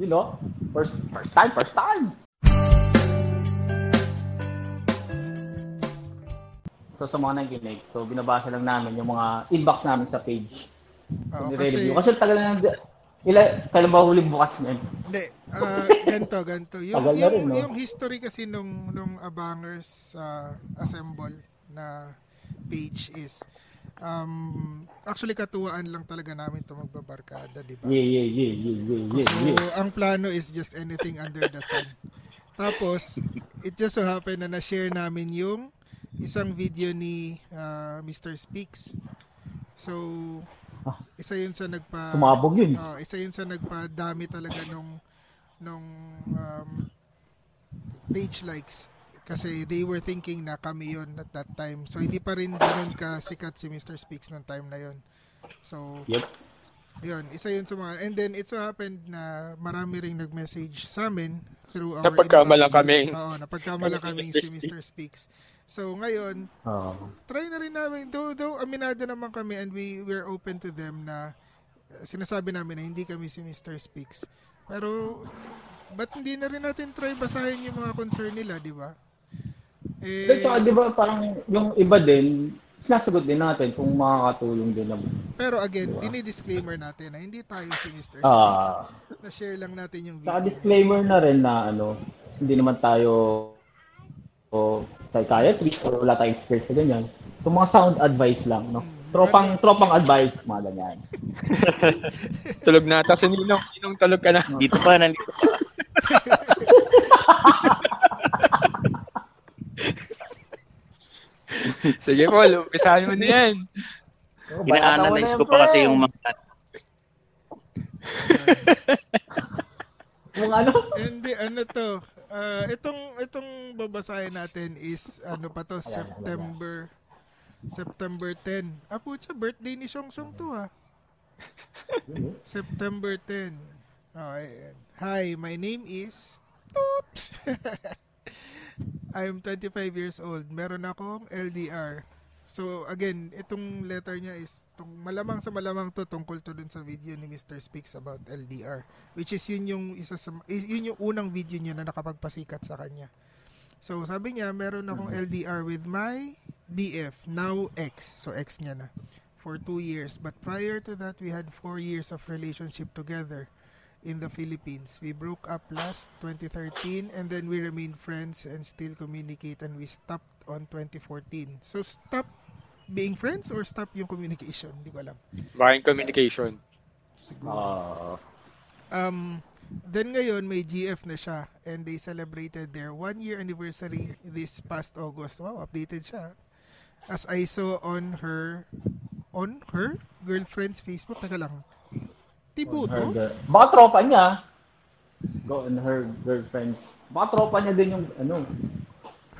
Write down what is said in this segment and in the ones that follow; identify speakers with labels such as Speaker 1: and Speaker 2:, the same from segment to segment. Speaker 1: you know, first first time, first time. So sa mga nakikinig, so binabasa lang namin yung mga inbox namin sa page.
Speaker 2: Oo,
Speaker 1: Nire-review. Kasi
Speaker 2: kasi,
Speaker 1: tagal na ilan kailan ba huling bukas niyan?
Speaker 2: hindi, ah, ganito, ganito. Yung,
Speaker 1: Tagal na
Speaker 2: yung,
Speaker 1: rin, no?
Speaker 2: yung history kasi nung, nung Abangers ah, Assemble na page is, um, actually katuwaan lang talaga namin ito magbabarkada, di ba?
Speaker 1: Yeah, yeah, yeah, yeah, yeah, yeah, yeah.
Speaker 2: So, ang plano is just anything under the sun. Tapos, it just so happened na na-share namin yung isang video ni ah, Mr. Speaks. So,
Speaker 1: Ah.
Speaker 2: isa yun sa nagpa...
Speaker 1: Sumabog yun.
Speaker 2: Oo, Ah, isa yun sa nagpadami talaga nung nung um, page likes kasi they were thinking na kami yun at that time. So hindi pa rin ganoon ka sikat si Mr. Speaks nung time na yun. So
Speaker 1: Yep.
Speaker 2: yun, isa yun sa mga and then it so happened na marami ring nag-message sa amin through our
Speaker 3: Napagkamala
Speaker 2: inbox.
Speaker 3: kaming-
Speaker 2: Oo, napagkamala kaming
Speaker 3: kaming Mr.
Speaker 2: si Mr. Speaks. So ngayon,
Speaker 1: Oh.
Speaker 2: try na rin namin though though aminado naman kami and we we're open to them na uh, sinasabi namin na hindi kami si Mr. Speaks. Pero ba't hindi na rin natin try basahin yung mga concern nila, di ba?
Speaker 1: Eh,
Speaker 2: Eh,
Speaker 1: tsaka, di ba parang yung iba din, sinasagot din natin kung makakatulong din naman.
Speaker 2: pero again,
Speaker 1: Diba?
Speaker 2: dinidisclaimer natin na hindi tayo si Mr. Speaks.
Speaker 1: Ah,
Speaker 2: Na-share lang natin yung
Speaker 1: Saka
Speaker 2: video.
Speaker 1: disclaimer na rin na ano, hindi naman tayo o psychiatrist or wala tayong experience sa ganyan. Itong mga sound advice lang, no? Tropang, tropang advice, mga ganyan.
Speaker 3: Tulog na ata si Ninong. Ninong tulog ka na.
Speaker 4: Dito pa, nandito pa.
Speaker 3: Sige Paul, umpisahan mo na yan.
Speaker 4: Ina-analyze ko pa kasi yung
Speaker 1: mga...
Speaker 4: mga...
Speaker 1: Yung ano?
Speaker 2: And the, ano to, ah, itong, itong babasahin natin is, ano pa to, September, September 10. Ah, putya, birthday ni Song Song to ha. September 10. Oh, ayan. Hi, my name is Toot. I'm 25 years old. Meron akong LDR. So again, itong letter niya is tung, malamang sa malamang to tungkol to dun sa video ni Mr. Speaks about LDR which is yun yung isa sa is- yun yung unang video niya na nakapagpasikat sa kanya. So sabi niya, meron akong LDR with my BF, now ex. So ex niya na for two years. But prior to that, we had four years of relationship together in the Philippines. We broke up last 2013 and then we remained friends and still communicate and we stopped on 2014. So stop being friends or stop yung communication? Hindi ko alam.
Speaker 3: Baka yung communication.
Speaker 2: Siguro.
Speaker 1: Ah,
Speaker 2: Um, then ngayon, may GF na siya and they celebrated their one-year anniversary this past August. Wow, updated siya. As I saw on her, on her girlfriend's Facebook. Taka lang.
Speaker 1: on her
Speaker 2: Tibuto?
Speaker 1: girl- Baka tropa niya. Go on her girlfriends. Baka tropa niya din yung ano.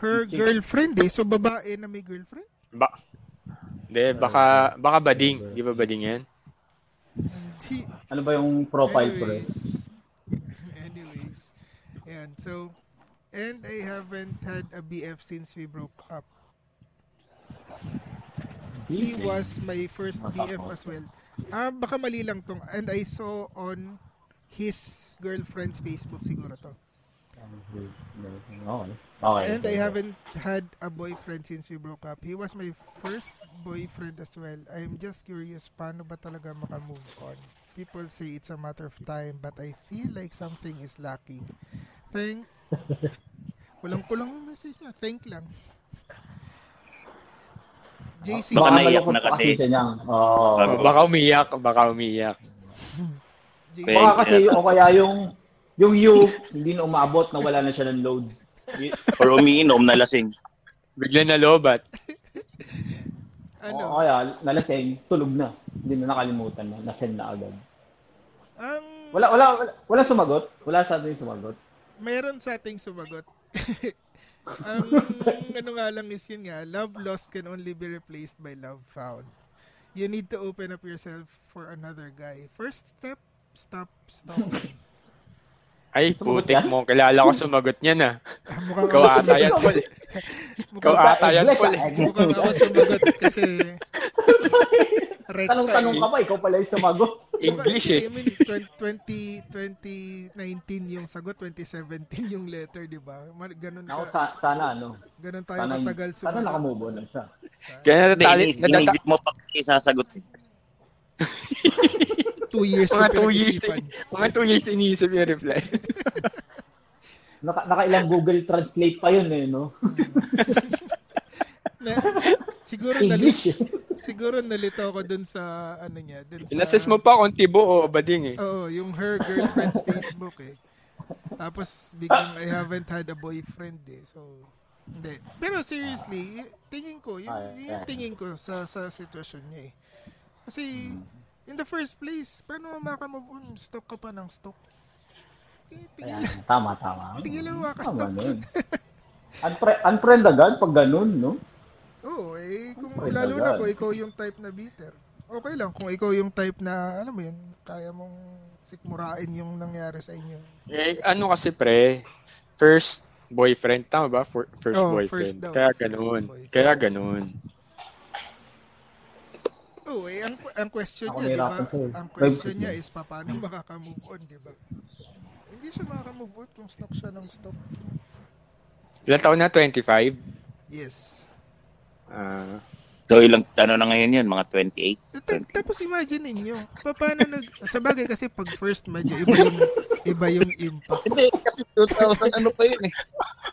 Speaker 2: Her girlfriend eh. So, babae na may girlfriend?
Speaker 3: Ba Hindi, baka, baka bading. Di ba bading yan?
Speaker 2: Hindi.
Speaker 1: Ano ba yung profile ko rin?
Speaker 2: anyways, Anyways. Ayan, so, and I haven't had a BF since we broke up. He was my first BF as well. Ah, baka mali lang tong. And I saw on his girlfriend's Facebook siguro to.
Speaker 1: Okay. Okay.
Speaker 2: And I haven't had a boyfriend since we broke up. He was my first boyfriend as well. I'm just curious, paano ba talaga makamove on? People say it's a matter of time, but I feel like something is lacking. Thank... Kulang-kulang ang message niya. Thank lang. JC,
Speaker 4: Ah, Baka
Speaker 1: Baka
Speaker 4: naiyak
Speaker 1: malungkot
Speaker 4: na
Speaker 1: pa
Speaker 4: kasi. Ah,
Speaker 1: siya niya. Oo.
Speaker 4: Baka-
Speaker 3: Baka umiyak, baka umiyak.
Speaker 2: JC,
Speaker 4: Thank
Speaker 1: Baka
Speaker 4: you.
Speaker 1: kasi o kaya yung yung you hindi na umaabot na wala na siya ng load. Y-
Speaker 4: Or umiinom, nalasing.
Speaker 3: Bigla na lobat.
Speaker 1: O
Speaker 2: ano?
Speaker 1: kaya nalasing, tulog na. Hindi na nakalimutan na, nasend na agad.
Speaker 2: Ang
Speaker 1: Wala wala wala, wala sumagot. Wala sa atin sumagot.
Speaker 2: meron sa ating sumagot. Ang ano nga lang is yun nga, love lost can only be replaced by love found. You need to open up yourself for another guy. First step, stop stalking.
Speaker 3: Ay,
Speaker 1: Sumagot
Speaker 3: putik
Speaker 1: yan?
Speaker 3: mo. Kilala ko sumagot niya na.
Speaker 2: Ah, mukhang
Speaker 3: Ikaw
Speaker 2: ako
Speaker 3: ata yan,
Speaker 2: sumagot.
Speaker 3: Paul. Ikaw
Speaker 1: Puta,
Speaker 3: ata yan, eh.
Speaker 1: English,
Speaker 3: Paul.
Speaker 1: ah,
Speaker 2: Mukhang ako sumagot kasi Recta.
Speaker 1: Tanong-tanong ka pa, ikaw pala yung sumagot.
Speaker 3: English eh.
Speaker 2: Diba, I mean, 20, 2019 yung sagot, 2017 yung letter, di ba? Ma- Ganun,
Speaker 1: Ako,
Speaker 2: ka,
Speaker 1: sa, sana ano,
Speaker 2: ganun tayo
Speaker 1: sana,
Speaker 2: matagal
Speaker 1: sana
Speaker 2: sumagot.
Speaker 1: nakamove on na siya.
Speaker 2: Sa-
Speaker 3: Ganyan
Speaker 4: Hindi,
Speaker 3: natali,
Speaker 4: inisip, inisip mo pa kasi sasagot. eh.
Speaker 2: Two years
Speaker 3: Mga
Speaker 2: ko
Speaker 3: two years. eh.
Speaker 2: pinag-isipan.
Speaker 3: mga two years iniisip yung reply.
Speaker 1: Naka, nakailang Google Translate pa yun eh, no?
Speaker 2: Na, siguro, nali,
Speaker 1: English eh.
Speaker 2: siguro nalito ako dun sa, ano niya, dun sa...
Speaker 3: Inassess mo pa kung tibo o bading eh.
Speaker 2: Oo, yung her girlfriend's Facebook eh. Tapos biglang I haven't had a boyfriend eh. So, hindi. Pero seriously, y- tingin ko, yun,
Speaker 1: Ah,
Speaker 2: yun yung
Speaker 1: yeah.
Speaker 2: tingin ko sa sa sitwasyon niya eh. Kasi, in the first place, paano makamove on? Stock ka pa ng stock. Eh,
Speaker 1: Ayan,
Speaker 2: Tingin,
Speaker 1: tama, tama.
Speaker 2: tingin lang wakas
Speaker 1: Tama
Speaker 2: stock.
Speaker 1: na yun. Unfriend, unfriend agad pag ganun, no?
Speaker 2: Oo, eh, kung
Speaker 1: Oh my
Speaker 2: lalo na
Speaker 1: God.
Speaker 2: kung ikaw yung type na bitter. Okay lang kung ikaw yung type na, alam mo yun, kaya mong sikmurain yung nangyari sa inyo.
Speaker 3: Eh, ano kasi pre, first boyfriend, tama ba? For- first
Speaker 2: Oo, Oh, first
Speaker 3: boyfriend.
Speaker 2: daw.
Speaker 3: Kaya
Speaker 2: First
Speaker 3: ganun.
Speaker 2: boyfriend.
Speaker 3: Kaya ganun.
Speaker 2: Oo, eh, ang, ang question
Speaker 1: Ako
Speaker 2: niya, di ba?
Speaker 1: nahirapan ko eh.
Speaker 2: Ang question
Speaker 1: Vibes
Speaker 2: niya
Speaker 1: yun.
Speaker 2: is pa- paano makaka-move on, di ba? Hindi siya makaka-move on kung stock siya ng stock.
Speaker 3: Ilang taon na? 25?
Speaker 2: Yes.
Speaker 3: Ah,
Speaker 4: So ilang, ano na ngayon yun? Mga 28?
Speaker 2: Eh, Ta- tapos imagine ninyo, pa- paano nag... Sa bagay kasi pag first, medyo iba yung, iba yung impact.
Speaker 4: Hindi, kasi 2000 ano pa yun eh.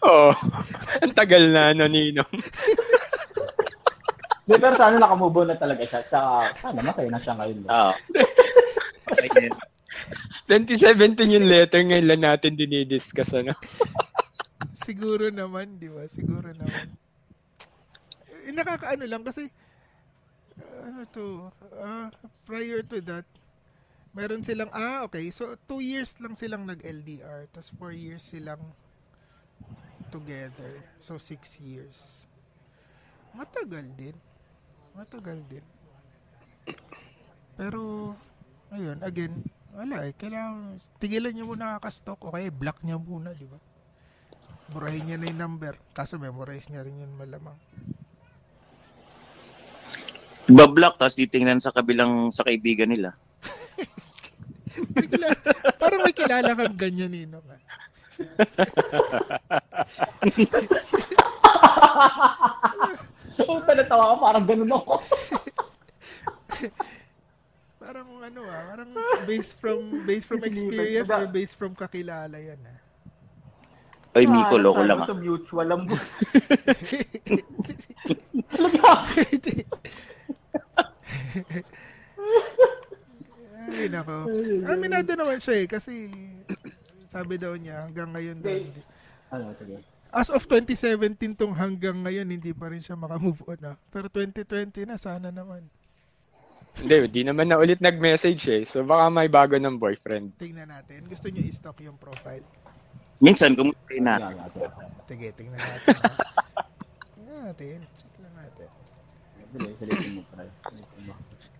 Speaker 3: Oo. Oh, Ang tagal na, ano, Nino.
Speaker 1: Di, pero sana nakamove on na talaga siya. Tsaka, sana masaya na siya ngayon. No?
Speaker 4: Oo. Ayun.
Speaker 3: 2017 yung letter ngayon lang natin dinidiscuss, ano?
Speaker 2: Siguro naman, di ba? Siguro naman. Eh, nakakaano lang kasi, uh, ano to, ah, prior to that, meron silang, ah, okay, so two years lang silang nag-LDR, tapos four years silang together. So six years. Matagal din. Matagal din. Pero, ayun, again, wala eh. Kailangan, tigilan niyo muna kakastock. Okay, block niya muna, di ba? Burahin niya na yung number. Kaso memorize niya rin yun malamang.
Speaker 4: Ibablock, tapos titingnan sa kabilang, sa kaibigan nila.
Speaker 2: May kilala, parang may kilala kang ganyan, eh, Nino. ka.
Speaker 1: Oo, pinatawa ko, parang ganun ako.
Speaker 2: Parang ano ah, parang based from based from experience or based from kakilala yan ah.
Speaker 4: Ay, Miko, loko lang ah.
Speaker 1: Sa mutual lang.
Speaker 2: Ay, nako. Aminado naman siya eh, kasi sabi daw niya hanggang ngayon daw. hindi-
Speaker 1: ano, sige.
Speaker 2: As of 2017 tong hanggang ngayon, hindi pa rin siya makamove on ah. Pero 2020 na, sana naman.
Speaker 3: Hindi, di naman na ulit nag-message eh. So baka may bago ng boyfriend.
Speaker 2: Tingnan natin. Gusto niyo i-stock yung profile.
Speaker 4: Minsan, kumusta na.
Speaker 1: Yan, yan, sige.
Speaker 2: Sige, tingnan natin. ha? tingnan natin. Check lang natin.
Speaker 1: Dali, salitin mo, pre. Salitin mo.
Speaker 2: Sige.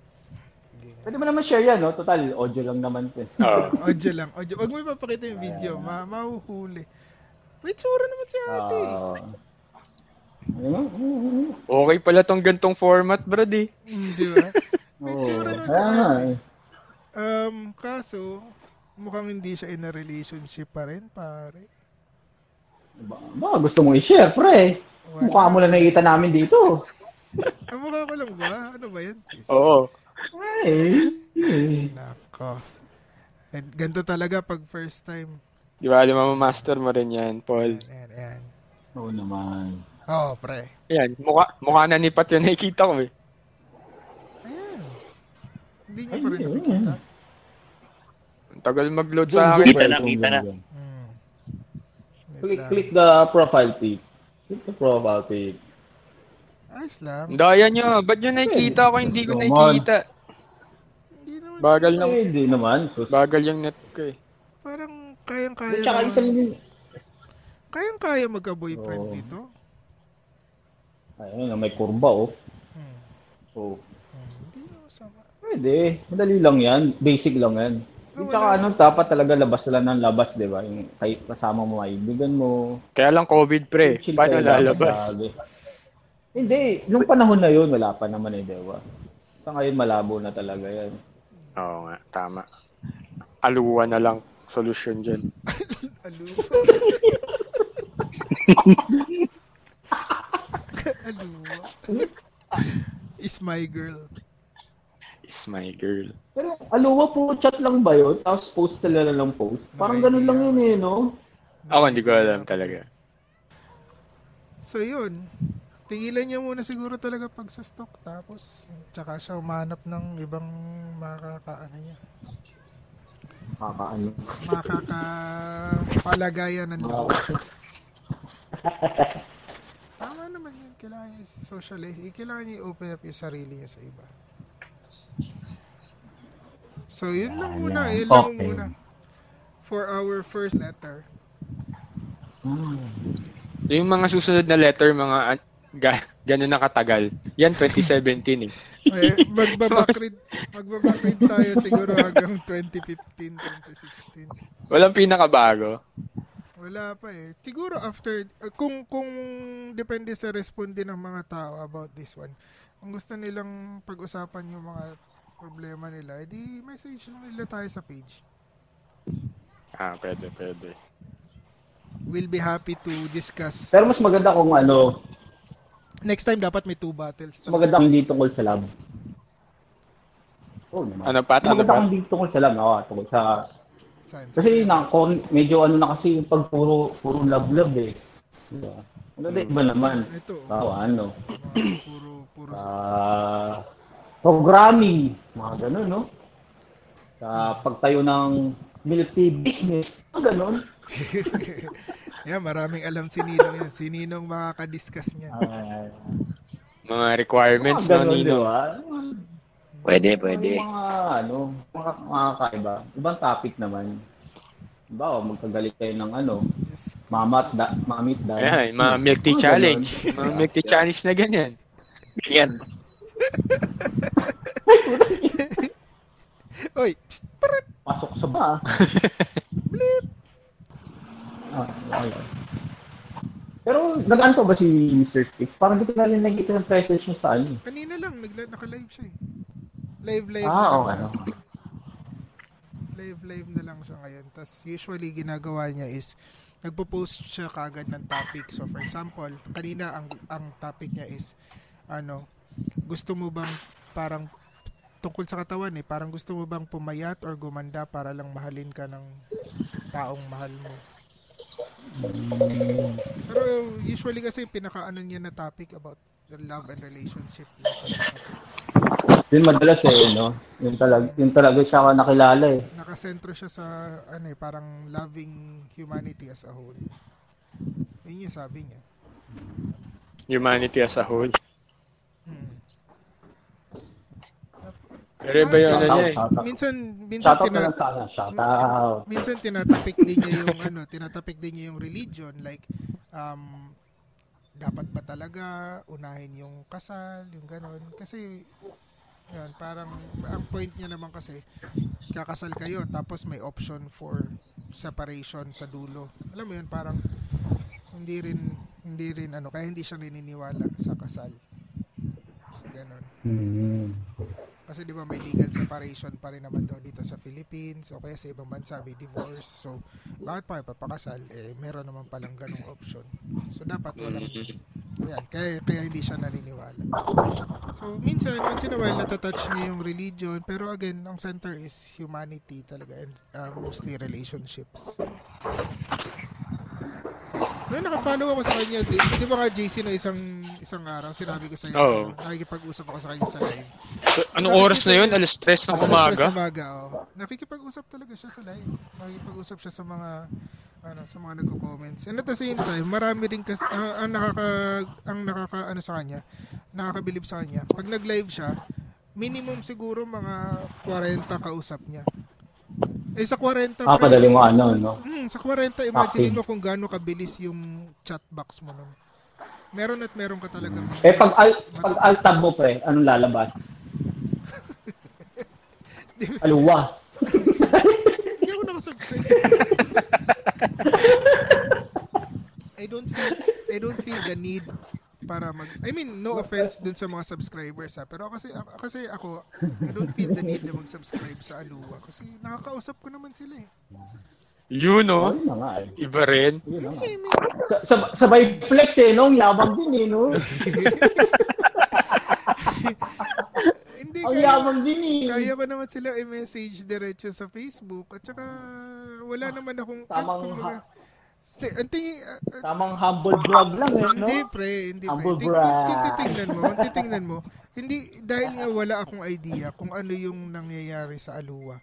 Speaker 1: Pwede mo naman share yan, no? Total, audio lang naman. to. eh.
Speaker 4: Ah.
Speaker 3: Oo.
Speaker 2: Audio lang. Audio. Huwag mo ipapakita yung video. Ma mahuhuli. May tsura naman si ate.
Speaker 1: Ah. Ano? Oo.
Speaker 3: Okay pala tong gantong format, brad eh.
Speaker 2: Mm, di ba? May
Speaker 1: Oo.
Speaker 2: tsura naman si
Speaker 1: Kaya nga,
Speaker 2: ate.
Speaker 1: eh.
Speaker 2: Um, kaso, mukhang hindi siya in a relationship pa rin, pare.
Speaker 1: Ba- Baka gusto mong i-share, pre.
Speaker 2: Wala.
Speaker 1: Mukha mo lang nakikita namin dito.
Speaker 2: Ang mukha ko lang ba? Ano ba yan?
Speaker 3: Oo.
Speaker 1: Ay.
Speaker 2: Nako. And ganito talaga pag first time.
Speaker 3: Di ba, alam mo, master mo rin yan, Paul.
Speaker 2: Ayan, ayan.
Speaker 1: Oo naman.
Speaker 2: Oh, pre.
Speaker 3: Yan, mukha, mukha na ni Pat yun nakikita ko eh.
Speaker 2: Ayan. Hindi niyo
Speaker 1: Ay, eh.
Speaker 2: pa rin
Speaker 1: ayan.
Speaker 2: nakikita.
Speaker 3: Ang tagal mag-load sa akin.
Speaker 4: Kita na, kita na.
Speaker 2: Mm.
Speaker 1: Click, click the profile pic. Click the profile pic.
Speaker 2: Ayos lang.
Speaker 3: Daya nyo, ba't nyo nakikita ko? Hindi ko nakikita.
Speaker 2: Hindi naman.
Speaker 3: Bagal na,
Speaker 1: Eh, hindi naman. Sus.
Speaker 3: bagal yung net ko eh.
Speaker 2: Parang
Speaker 1: At
Speaker 2: kayang-kaya.
Speaker 1: saka
Speaker 2: naman.
Speaker 1: isa rin.
Speaker 2: Kayang-kaya magka-boyfriend
Speaker 1: Oo.
Speaker 2: dito.
Speaker 1: Ayun, may kurba, oh.
Speaker 2: Hmm.
Speaker 1: oh.
Speaker 2: Hmm. Hindi naman sama.
Speaker 1: Pwede. Madali lang yan. Basic lang yan. Yung tsaka ano, dapat talaga labas na lang ng labas, di ba? Yung kay, kasama mo, kaibigan mo.
Speaker 3: Kaya lang COVID pre,
Speaker 1: Chill
Speaker 3: Eh, paano
Speaker 1: kayo lang,
Speaker 3: lalabas?
Speaker 1: grabe. Hindi. Nung panahon na yun, wala pa naman eh, di ba? Sa ngayon, malabo na talaga yan.
Speaker 3: Oo nga, tama. Aluwa na lang solusyon dyan.
Speaker 2: Aluwa. Aluwa. Is my girl.
Speaker 3: Is my girl.
Speaker 1: Pero aluwa po, chat lang ba yun? Tapos post sila na lang post. Parang ganun lang yun eh, no?
Speaker 3: Ako hindi ko alam talaga.
Speaker 2: So yun, tigilan niya muna siguro talaga pagsustok tapos tsaka siya umanap ng ibang makakaano niya.
Speaker 1: Kakaano.
Speaker 2: Makakapalagayan ng loob. Tama naman yun. Kailangan niya socialize. Eh, Kailangan niya i-open up yung sarili niya sa iba. So, yun lang muna. Yun lang
Speaker 5: Okay.
Speaker 2: muna. For our first letter.
Speaker 3: Yung mga susunod na letter, mga an- ga, ganun na katagal. Yan, 2017 eh.
Speaker 2: Ay, magbabackread, magbabackread tayo siguro hanggang 2015, 2016.
Speaker 3: Walang pinakabago.
Speaker 2: Wala pa eh. Siguro after uh, kung kung depende sa responde ng mga tao about this one. Kung gusto nilang pag-usapan yung mga problema nila, edi message lang nila tayo sa page.
Speaker 3: Ah, pwede, pwede.
Speaker 2: We'll be happy to discuss.
Speaker 1: Pero mas maganda kung ano,
Speaker 2: Next time dapat may two battles.
Speaker 1: mas maganda kung hindi tungkol sa love. Oh, naman.
Speaker 3: Ano pa?
Speaker 1: Mas
Speaker 3: Ano
Speaker 1: maganda
Speaker 3: pa?
Speaker 1: kung hindi tungkol sa love. Oo, tungkol sa...
Speaker 2: Saan?
Speaker 1: Kasi na, kon, medyo ano na kasi yung pag puro, puro love-love eh. Diba? Ano na iba naman?
Speaker 2: Ito. oh,
Speaker 1: Oo, ano?
Speaker 2: mga puro puro
Speaker 1: Ah, programming, mga ganun, no? Sa pagtayo ng military business, mga ganun.
Speaker 2: yeah, maraming alam si Ninong yan. Si Ninong makaka-discuss niyan.
Speaker 1: Ah,
Speaker 3: Mga requirements
Speaker 1: mga
Speaker 3: no,
Speaker 1: ganun, diba?
Speaker 3: Nino.
Speaker 1: di ba?
Speaker 4: Pwede,
Speaker 1: Yung
Speaker 4: pwede.
Speaker 1: Mga, ano, mga makakaiba. Ibang topic naman. Ba, oh, magkagalit kayo ng ano,
Speaker 2: Just
Speaker 1: mama at da, mami at dad.
Speaker 3: Ayan, yung mga milk tea
Speaker 1: Mga
Speaker 3: challenge.
Speaker 1: ganun.
Speaker 3: Mga milk tea challenge na ganyan.
Speaker 4: Ganyan.
Speaker 2: Oy, psst, parang
Speaker 1: Pasok sa ba? Ah, okay. Pero nagaan ko ba si Mr. Sticks? Parang hindi ko na rin nakikita yung presence mo sa ano.
Speaker 2: kanina lang nagla naka-live siya eh. Live live. na
Speaker 1: Ah,
Speaker 2: lang
Speaker 1: okay.
Speaker 2: siya. live live na lang siya ngayon. Tapos usually ginagawa niya is nagpo-post siya kaagad ng topic. So for example, kanina ang ang topic niya is ano, gusto mo bang parang tungkol sa katawan eh, parang gusto mo bang pumayat or gumanda para lang mahalin ka ng taong mahal mo. Pero usually kasi pinaka ano niya na topic about the love and relationship.
Speaker 1: Yun madalas eh, no? Yun talaga, yun talaga siya ako nakilala eh.
Speaker 2: nakasentro siya sa ano eh, parang loving humanity as a whole. Yun yung sabi niya.
Speaker 3: Humanity as a whole.
Speaker 2: Hmm.
Speaker 3: Pero iba yun ano niya eh.
Speaker 1: Shoutout,
Speaker 2: Minsan minsan
Speaker 1: shoutout na
Speaker 2: tina-
Speaker 1: lang sana, shoutout.
Speaker 2: minsan tinatapik din niya yung ano, tinatapik din niya yung religion like um dapat ba talaga unahin yung kasal, yung ganun kasi yun, parang ang point niya naman kasi kakasal kayo tapos may option for separation sa dulo. Alam mo yun parang hindi rin hindi rin ano kaya hindi siya naniniwala sa kasal. Ganun.
Speaker 1: Hmm.
Speaker 2: Kasi di ba may legal separation pa rin naman daw dito sa Philippines o kaya sa ibang bansa may divorce. So, bakit pa ipapakasal? Eh, meron naman palang ganong option. So, dapat walang... Ayan, kaya, kaya hindi siya naniniwala. So, minsan, once in a while, natatouch niya yung religion. Pero again, ang center is humanity talaga and uh, mostly relationships. Noon naka-follow ako sa kanya, di, di ba ka JC no isang isang araw sinabi ko sa iyo,
Speaker 3: Oo.
Speaker 2: nakikipag-usap ako sa kanya sa live.
Speaker 3: So, anong oras na yun? Alas 3 ng
Speaker 2: Alas
Speaker 3: umaga?
Speaker 2: tres ng umaga, oo. Nakikipag-usap talaga siya sa live. Nakikipag-usap siya sa mga ano, sa mga nagko-comments. And at the same time, marami rin kasi ah, ang nakaka ang nakaka ano sa kanya, nakakabilib sa kanya. Pag nag-live siya, minimum siguro mga 40 kausap niya. Eh sa 40
Speaker 1: Ah,
Speaker 2: pre,
Speaker 1: padali mo ano, no?
Speaker 2: Mm, sa 40,
Speaker 1: Active.
Speaker 2: imagine mo kung gaano kabilis yung chat box mo nun. Meron at meron ka talaga.
Speaker 1: Eh, pag, al, pag altab mo, pre, anong lalabas? Aluwa.
Speaker 2: Hindi ako nakasubscribe. I don't feel I don't feel the need para mag I mean no offense dun sa mga subscribers ha pero kasi ako, kasi ako I don't feel the need na mag-subscribe sa Alua kasi nakakausap ko naman sila eh.
Speaker 3: Yun,
Speaker 1: Oh,
Speaker 3: no?
Speaker 1: yun na nga eh.
Speaker 3: Iba rin.
Speaker 1: Yun na nga.
Speaker 2: Hey, man.
Speaker 1: Sa- sab- sabay flex eh, no? Ang Yabang din eh, no?
Speaker 2: Hindi
Speaker 1: Ang
Speaker 2: kaya,
Speaker 1: yabang din eh.
Speaker 2: kaya ko naman sila i-message diretso sa Facebook at saka wala naman akong
Speaker 1: Tamang
Speaker 2: kung-
Speaker 1: ha-
Speaker 2: Ste- ang tingi- ah, ah,
Speaker 1: Tamang humble brag lang eh, no?
Speaker 2: Hindi pre, hindi pre.
Speaker 1: Humble
Speaker 2: Ting-
Speaker 1: brag.
Speaker 2: Kung titingnan mo, kung titingnan mo, hindi, dahil nga wala akong idea kung ano yung nangyayari sa Alua.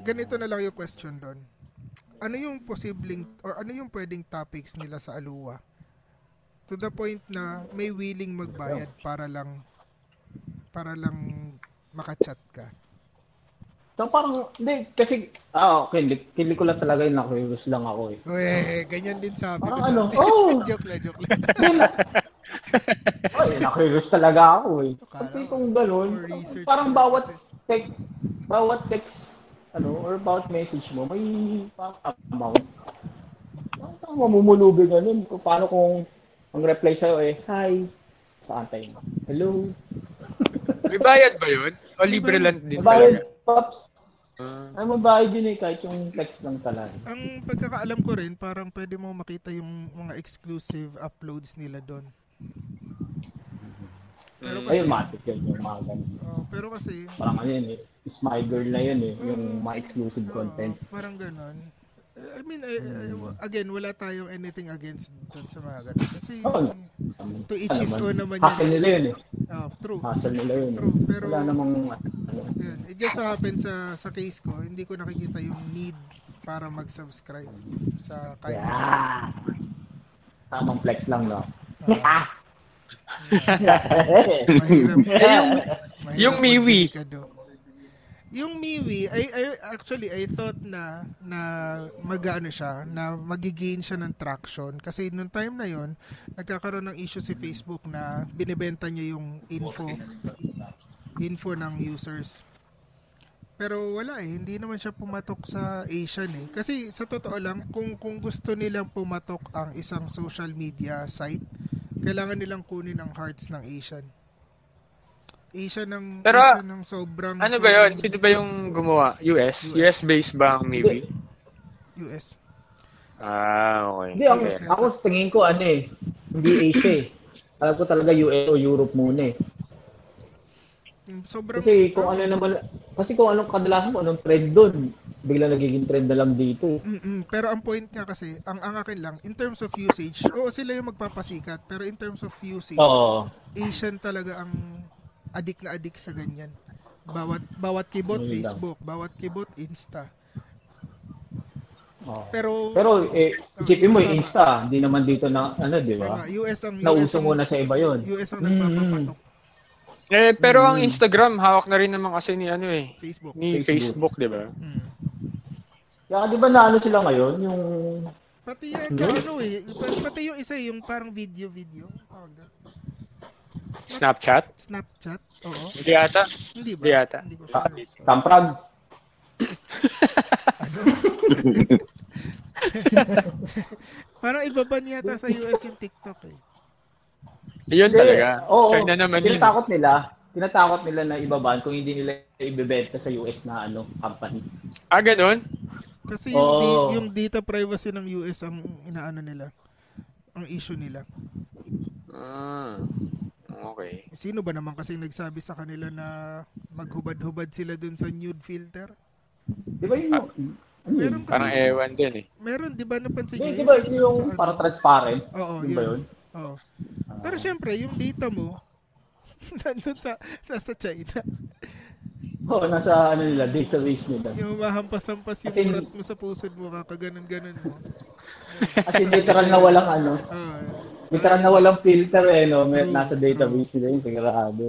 Speaker 2: Ganito na lang yung question doon. Ano yung posibleng, or ano yung pwedeng topics nila sa Alua? To the point na may willing magbayad para lang, para lang makachat ka.
Speaker 1: So parang, hindi, kasi, ah, okay, hindi, hindi ko lang talaga yun, na-curious lang ako eh.
Speaker 2: Uy, ganyan din sabi ko.
Speaker 1: Parang ano,
Speaker 2: dati.
Speaker 1: oh!
Speaker 2: joke lang, joke lang.
Speaker 1: Ay, na-curious talaga ako eh.
Speaker 2: Akala
Speaker 1: Kasi
Speaker 2: ko,
Speaker 1: kung ganun,
Speaker 2: for research
Speaker 1: parang bawat
Speaker 2: purposes.
Speaker 1: text, bawat text, ano, or bawat message mo, may parang amount. Parang kang mamumulubi ganun. Kung paano kung ang reply sa'yo eh, hi, sa antay mo. Hello.
Speaker 3: May bayad ba yun? O libre lang din
Speaker 1: Mabayad,
Speaker 3: talaga?
Speaker 1: Pops.
Speaker 3: Ah.
Speaker 1: Ay, mabayad yun eh, kahit yung text lang talaga.
Speaker 2: ang pagkakaalam ko rin, parang pwede mo makita yung mga exclusive uploads nila doon. Pero kasi,
Speaker 1: Ayun, matik yun, yung mga ganun.
Speaker 2: oh, pero kasi,
Speaker 1: Parang ano yun eh, is my girl na yun eh, yung mga exclusive
Speaker 2: oo,
Speaker 1: content.
Speaker 2: oh,
Speaker 1: Mm-hmm.
Speaker 2: parang ganun. Eh, I mean, I- I- again, wala tayong anything against doon sa mga ganun. Kasi,
Speaker 1: Oo.
Speaker 2: to each his own naman yun.
Speaker 1: Hassle nila yun eh.
Speaker 2: oh, true.
Speaker 1: Hassle nila yun. eh.
Speaker 2: True, pero-
Speaker 1: Wala namang ano.
Speaker 2: Yun. It just so happened sa, sa case ko, hindi ko nakikita yung need para mag-subscribe sa kahit
Speaker 1: Yeah. Tamang flex lang, no?
Speaker 2: Ah, mahirap. Mahirap
Speaker 3: Yung
Speaker 2: mag-date
Speaker 3: Miwi.
Speaker 2: ka doon. Yung Miwi, I, I, actually, I thought na, na mag-ano siya, na magigain siya ng traction. Kasi nung time na yon nagkakaroon ng issue si Facebook na binibenta niya yung info info ng users. Pero wala eh, hindi naman siya pumatok sa Asian eh. Kasi sa totoo lang, kung, kung gusto nilang pumatok ang isang social media site, kailangan nilang kunin ang hearts ng Asian. Asian ng,
Speaker 3: Pero,
Speaker 2: Asian ng sobrang...
Speaker 3: Ano ba yun? Sino ba yung gumawa?
Speaker 2: US.
Speaker 3: US? US-based ba ang Miwi?
Speaker 2: US.
Speaker 3: Ah, okay.
Speaker 1: Hindi, ang,
Speaker 3: Okay.
Speaker 1: ako sa tingin ko, ano eh, hindi Asia eh. Alam ko talaga US o Europe muna eh.
Speaker 2: Mm, Sobrang...
Speaker 1: Kasi kung ano naman, kasi kung anong kadalasan kung anong trend doon, bigla nagiging trend na lang dito eh.
Speaker 2: Mm-mm. mm, Pero ang point nga kasi, ang, ang akin lang, in terms of usage, oo sila yung magpapasikat, pero in terms of usage,
Speaker 1: Oo.
Speaker 2: Asian talaga ang adik na adik sa ganyan. Bawat bawat
Speaker 1: Yun
Speaker 2: keyboard
Speaker 1: lang.
Speaker 2: Facebook, bawat keyboard Insta.
Speaker 1: Oo.
Speaker 2: Pero
Speaker 1: Pero eh, isipin mo, eh, Insta, hindi naman dito na, ano, di ba?
Speaker 2: tama, US ang US
Speaker 1: Nauso
Speaker 2: ang-
Speaker 1: muna sa iba yun.
Speaker 2: US ang
Speaker 1: Mm.
Speaker 2: nagpapapatok
Speaker 3: Eh, pero ang Instagram, hawak na rin naman kasi ni ano eh,
Speaker 2: Facebook.
Speaker 3: ni
Speaker 1: Facebook.
Speaker 3: Facebook, di ba?
Speaker 2: Mm.
Speaker 1: Kaya di ba naano sila ngayon? Yung
Speaker 2: Pati yan,
Speaker 1: Yun.
Speaker 2: ano eh, pa- pati yung isa eh, yung parang video video, tawag na.
Speaker 3: Snapchat?
Speaker 2: Snapchat, oo.
Speaker 3: Hindi ata.
Speaker 2: Hindi ba?
Speaker 3: Hindi yata.
Speaker 2: Hindi ko sure. Sorry.
Speaker 1: tamprag.
Speaker 2: Parang iba ba niya yata sa US yung TikTok eh.
Speaker 3: Yun
Speaker 1: Hindi.
Speaker 3: talaga.
Speaker 1: Oo.
Speaker 3: China naman yun.
Speaker 1: Tinatakot nila. Tinatakot nila na ibaban kung hindi nila ibebenta sa US na ano company.
Speaker 3: Ah, ganun?
Speaker 2: Kasi yung, di-
Speaker 1: Oo.
Speaker 2: yung data privacy ng US ang inaano nila. Ang issue nila.
Speaker 3: Ah, okay.
Speaker 2: Sino ba naman kasi nagsabi sa kanila na maghubad-hubad sila dun sa nude filter?
Speaker 1: Di ba yun? yung- ano yun?
Speaker 2: Meron
Speaker 3: Hmm. Parang
Speaker 2: kasi,
Speaker 3: ewan din eh.
Speaker 2: meron, di ba napansin
Speaker 1: Di,
Speaker 2: niyo
Speaker 1: di
Speaker 2: yun
Speaker 1: ba
Speaker 2: sa- ano?
Speaker 1: yun yung
Speaker 2: sa-
Speaker 1: para transparent?
Speaker 2: Oo,
Speaker 1: Di ba yun? Ah.
Speaker 2: Oo. Pero syempre, yung data mo, nandun sa, nasa China.
Speaker 1: Oo, nasa ano nila, database nila.
Speaker 2: Yung mahampas-hampas yung
Speaker 1: Kasi-
Speaker 2: urat mo sa pusod mo, kakaganon-ganon mo.
Speaker 1: As in, literal na walang ano,
Speaker 2: Oo.
Speaker 1: literal na walang filter eh, no? May,
Speaker 2: True,
Speaker 1: nasa database nila yung sigurado.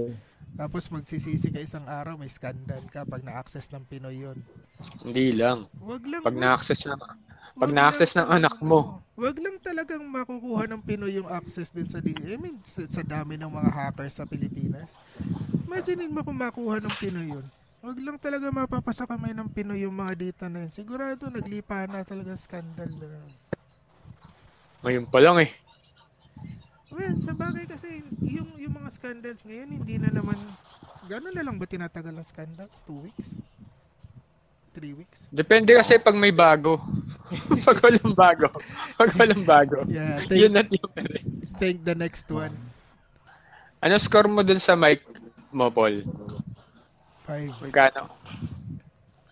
Speaker 2: Tapos magsisisi ka isang araw, may scandal ka pag na-access ng Pinoy yun.
Speaker 3: Hindi lang.
Speaker 2: Wag lang.
Speaker 3: Pag
Speaker 2: wag-
Speaker 3: na-access na,
Speaker 2: wag
Speaker 3: pag na-access
Speaker 2: lang
Speaker 3: ng anak
Speaker 2: talagang-
Speaker 3: mo.
Speaker 2: Wag lang talagang makukuha ng Pinoy yung access din sa di- I mean, sa, sa dami ng mga hacker sa Pilipinas. Imagine mo kung makuha ng Pinoy yun. Wag lang talaga mapapasa kamay ng Pinoy yung mga data na yun. Sigurado naglipa na talaga scandal na.
Speaker 3: Ngayon pa lang eh.
Speaker 2: Well, sa bagay kasi, yung, yung mga scandals ngayon, hindi na naman, gano'n na lang ba tinatagal ang scandals? Two weeks? Three weeks?
Speaker 3: Depende kasi pag may bago. pag walang bago. Pag walang bago.
Speaker 2: Yeah,
Speaker 3: Yun
Speaker 2: take,
Speaker 3: at yun. na rin.
Speaker 2: take the next one.
Speaker 3: Ano score mo dun sa mic mo, Paul?
Speaker 2: Five.
Speaker 3: Magkano?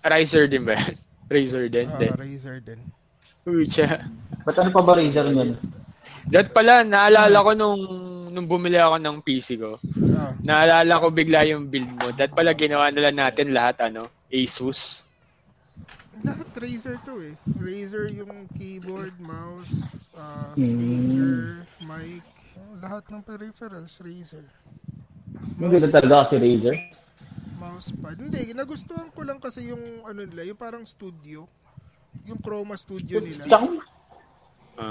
Speaker 3: Riser din ba yan? Razor din?
Speaker 2: Ah,
Speaker 3: Hindi.
Speaker 2: razor din.
Speaker 3: Uy, tiya.
Speaker 1: Ba't ano pa ba razor nun?
Speaker 3: That pala, naalala ko nung nung bumili ako ng PC ko.
Speaker 2: Ah,
Speaker 3: Naalala ko bigla yung build mo. That pala ginawa nila natin lahat ano, Asus.
Speaker 2: lahat razor to eh. Razor yung keyboard, mouse, ah, speaker, mic, lahat ng peripherals, razor.
Speaker 1: Yung ganda talaga si razor.
Speaker 2: Mousepad. Hindi, nagustuhan ko lang kasi yung ano nila, yung parang studio. Yung chroma studio nila.
Speaker 1: Tsaka,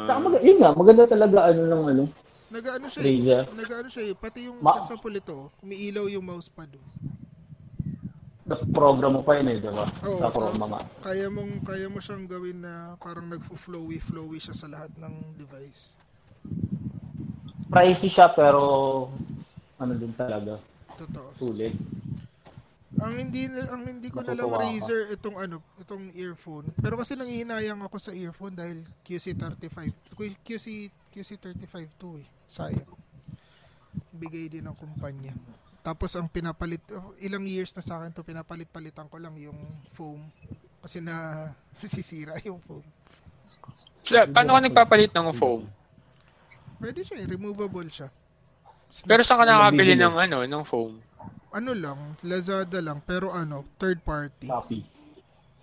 Speaker 1: tsaka
Speaker 3: Ah,
Speaker 1: mag- yun nga, maganda talaga ano ng ano,
Speaker 2: Nagaano siya, eh,
Speaker 1: razor.
Speaker 2: nagaano siya eh, pati yung
Speaker 1: Ma-
Speaker 2: sa pulito, umiilaw yung mousepad. oh.
Speaker 1: Na-program mo pa yun eh, diba?
Speaker 2: Oo,
Speaker 1: Sa pro-
Speaker 2: tama.
Speaker 1: mga.
Speaker 2: Kaya mong kaya mo siyang gawin na parang nagfo-flowy flowy siya sa lahat ng device.
Speaker 1: Pricey siya pero ano din talaga,
Speaker 2: Totoo.
Speaker 1: sulit.
Speaker 2: Ang hindi ang hindi ko nalang
Speaker 1: Matutuwa ako.
Speaker 2: Razer itong ano, itong earphone. Pero kasi nanghihinayang ako sa earphone dahil QC35 Q- QC QC35 to eh. Sayang. Bigay din ng kumpanya. Tapos ang pinapalit ilang years na sa akin to pinapalit-palitan ko lang yung foam kasi na sisira yung foam.
Speaker 3: Siya, paano ka nagpapalit ng foam?
Speaker 2: Pwede siya, eh, removable siya.
Speaker 3: Pero saan ka
Speaker 1: Snacks na
Speaker 3: nakakabili
Speaker 1: mabibili.
Speaker 3: ng ano, ng foam?
Speaker 2: Ano lang, Lazada lang, pero ano, third party.
Speaker 1: Copy.